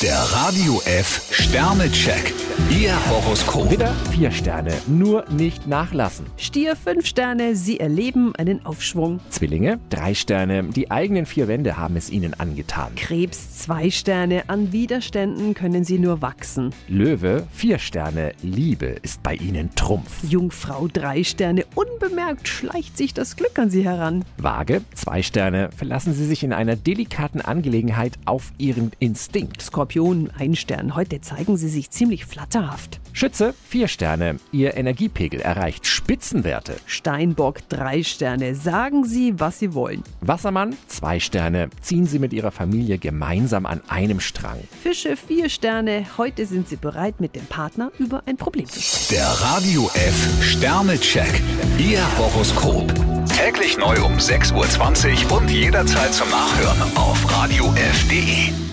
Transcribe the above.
Der Radio F Sternecheck. Ihr Horoskop. Widder, vier Sterne, nur nicht nachlassen. Stier 5 Sterne, Sie erleben einen Aufschwung. Zwillinge, drei Sterne, die eigenen vier Wände haben es ihnen angetan. Krebs 2 Sterne, an Widerständen können Sie nur wachsen. Löwe, vier Sterne, Liebe ist bei ihnen Trumpf. Jungfrau 3 Sterne, unbemerkt schleicht sich das Glück an Sie heran. Waage, zwei Sterne, verlassen Sie sich in einer delikaten Angelegenheit auf Ihren Instinkt. Skorpion 1 Stern, heute zeigen Sie sich ziemlich flatterhaft. Schütze, vier Sterne, Ihr Energiepegel erreicht Spitzenwerte. Steinbock 3 Sterne, sagen Sie, was Sie wollen. Wassermann, zwei Sterne, ziehen Sie mit Ihrer Familie gemeinsam an einem Strang. Fische 4 Sterne, heute sind Sie bereit, mit dem Partner über ein Problem zu sprechen. Der Radio F Sternecheck. Ihr Horoskop. Täglich neu um 6.20 Uhr und jederzeit zum Nachhören auf Radio radiof.de.